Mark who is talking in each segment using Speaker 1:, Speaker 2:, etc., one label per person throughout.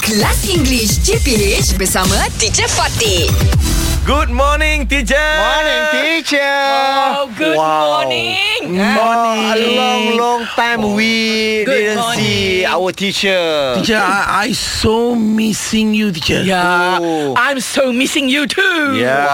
Speaker 1: Kelas English CPH bersama Teacher Fatih.
Speaker 2: Good morning, teacher.
Speaker 3: Morning, teacher.
Speaker 4: Oh, good morning.
Speaker 3: Morning. A long, long time we
Speaker 4: Good
Speaker 3: didn't see
Speaker 4: morning.
Speaker 3: our teacher.
Speaker 5: Teacher, I, I so missing you, teacher.
Speaker 4: Yeah,
Speaker 3: Oh.
Speaker 4: I'm so missing you too.
Speaker 2: Yeah.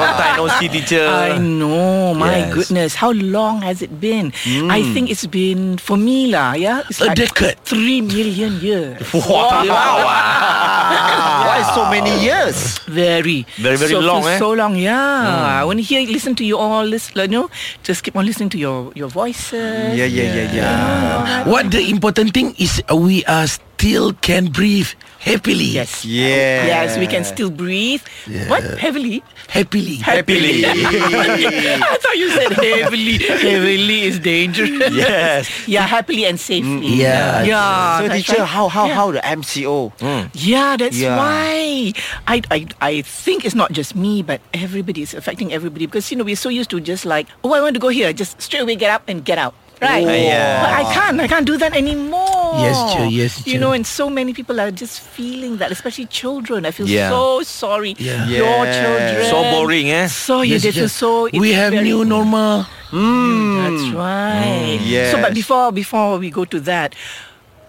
Speaker 2: Long time no see, teacher.
Speaker 4: I know. My
Speaker 2: Yes. Mm.
Speaker 4: goodness, how long has it been? I think it's been for me lah. Yeah, it's
Speaker 5: A
Speaker 4: like
Speaker 5: decade.
Speaker 4: three million years.
Speaker 3: Why so many years?
Speaker 4: Very,
Speaker 2: Very, very
Speaker 4: so for
Speaker 2: long, eh? Mm.
Speaker 4: So long, yeah. I want to hear, listen to you all. Listen, you know, just keep on listening to your your voices.
Speaker 3: Yeah, yeah, yeah, yeah.
Speaker 5: What the important thing is uh, we are still can breathe happily.
Speaker 4: Yes.
Speaker 3: Yeah.
Speaker 4: Yes, we can still breathe. What heavily?
Speaker 5: Happily.
Speaker 3: Happily.
Speaker 4: I thought you said heavily. heavily is dangerous.
Speaker 2: Yes.
Speaker 4: Yeah, happily and safely.
Speaker 5: yeah.
Speaker 4: Yeah.
Speaker 3: so
Speaker 4: Ah, that's
Speaker 3: teacher,
Speaker 4: right.
Speaker 3: how how
Speaker 4: Yeah.
Speaker 3: how the MCO?
Speaker 4: Yeah, that's
Speaker 3: Yeah.
Speaker 4: why. I, I I think it's not just me, but everybody. It's affecting everybody because you know we're so used to just like, oh, I want to go here, just straight away get up and get out. Right.
Speaker 2: yeah.
Speaker 4: But I can't. I can't do that anymore.
Speaker 5: Yes, Joe, yes,
Speaker 4: You
Speaker 5: Joe.
Speaker 4: know, and so many people are just feeling that, especially children. I feel
Speaker 2: Yeah.
Speaker 4: so sorry.
Speaker 5: Yeah.
Speaker 4: Your
Speaker 3: Yeah.
Speaker 4: children.
Speaker 2: So boring, eh?
Speaker 4: So you
Speaker 5: Yes,
Speaker 4: did
Speaker 5: teacher.
Speaker 4: feel so. it's
Speaker 5: we have
Speaker 4: very-
Speaker 5: new normal.
Speaker 4: That's right.
Speaker 3: Yes.
Speaker 4: So, but before before we go to that,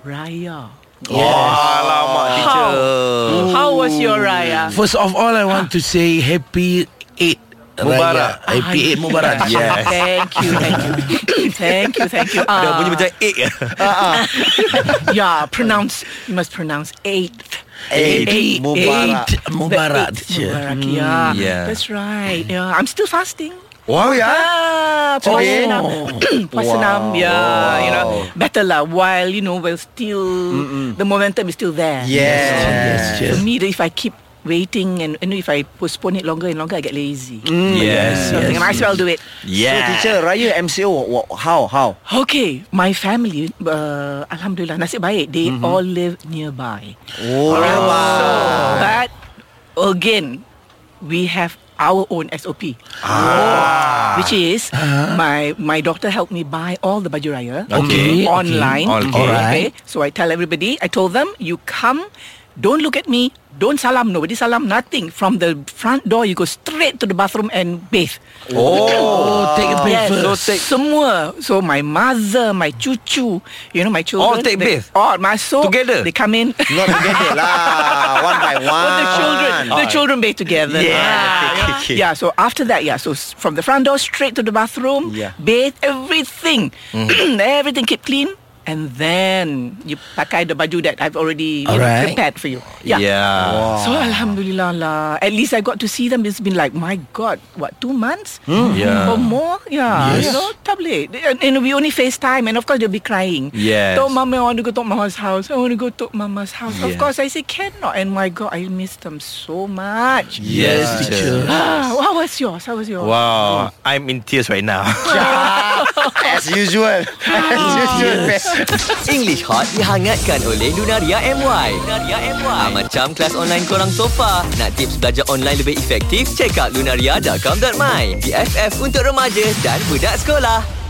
Speaker 4: Raya.
Speaker 2: Alamak, teacher.
Speaker 4: How? How was your Raya?
Speaker 5: First of all, I want to say happy eight.
Speaker 2: Mubarak.
Speaker 5: Raya. Happy eight Mubarak.
Speaker 2: Yes.
Speaker 4: Thank you, thank you, thank you, thank you.
Speaker 2: Dah
Speaker 4: Ah,
Speaker 2: bunyi macam egg.
Speaker 4: yeah, pronounce. You must pronounce eighth.
Speaker 3: Eight.
Speaker 5: Eight
Speaker 3: Mubarak.
Speaker 5: Eight Mubarak,
Speaker 4: The eighth
Speaker 5: teacher.
Speaker 4: Mubarak, yeah.
Speaker 2: yeah.
Speaker 4: That's right. Yeah, I'm still fasting.
Speaker 3: Wow, yeah.
Speaker 4: Ah,
Speaker 3: Today?
Speaker 4: Posenam. Posenam,
Speaker 3: Wow.
Speaker 4: yeah, ya, you know. Better lah, while, you know, we're still, the momentum is still there.
Speaker 3: Yes.
Speaker 5: Yes.
Speaker 4: For me, if I keep waiting and you know, if I postpone it longer and longer, I get lazy.
Speaker 3: Mm.
Speaker 2: Yes.
Speaker 4: So I think I might as well do it.
Speaker 3: So
Speaker 2: Yeah.
Speaker 3: teacher, Raya MCO, wha- how how?
Speaker 4: Okay, my family, uh, Alhamdulillah, nasib baik, they all live nearby.
Speaker 3: Oh.
Speaker 4: Alright, So, but again, we have our own SOP. Which is my my daughter helped me buy all the baju raya
Speaker 2: Uh-huh. Okay,
Speaker 4: online.
Speaker 2: okay. Okay.
Speaker 5: Alright.
Speaker 4: So I tell everybody, I told them, you come, don't look at me, don't salam, nobody salam, nothing. From the front door, you go straight to the bathroom and bathe.
Speaker 5: Oh, take a break
Speaker 4: Yes,
Speaker 5: first.
Speaker 4: so take semua. So my mother, my cucu, you know my children.
Speaker 2: All take
Speaker 4: they,
Speaker 2: bath?
Speaker 4: All masuk.
Speaker 2: Together?
Speaker 4: They come in.
Speaker 3: Not together lah. One by
Speaker 4: Oh,
Speaker 3: one.
Speaker 4: the children, the children bathe together.
Speaker 3: Yeah.
Speaker 4: yeah.
Speaker 3: Okay, okay.
Speaker 4: Yeah, So after that, yeah. So s- from the front door straight to the bathroom,
Speaker 3: Yeah.
Speaker 4: bathe everything, Mm-hmm. everything keep clean, and then you pakai the baju that I've already you know,
Speaker 5: Alright.
Speaker 4: prepared for you.
Speaker 2: Yeah.
Speaker 4: So alhamdulillah lah. At least I got to see them. It's been like my God, what two months
Speaker 2: Yeah.
Speaker 4: or more? Yeah, you
Speaker 5: Yes.
Speaker 4: know, tablet. And, and we only FaceTime, and of course they'll be crying.
Speaker 2: Yes.
Speaker 4: Told mama I want to go to mama's house. I want to go to mama's house. Of course I say cannot. And my God, I miss them so much.
Speaker 5: Yes, teacher.
Speaker 4: Ah, how was yours? How was yours?
Speaker 2: Wow, I'm in tears right now.
Speaker 3: As usual. As
Speaker 4: Ah,
Speaker 3: usual.
Speaker 6: English Hot dihangatkan oleh Lunaria MY. Lunaria MY. Ah, macam kelas online korang sofa. Nak tips belajar online lebih efektif? Check out lunaria.com.my. BFF untuk remaja dan budak sekolah.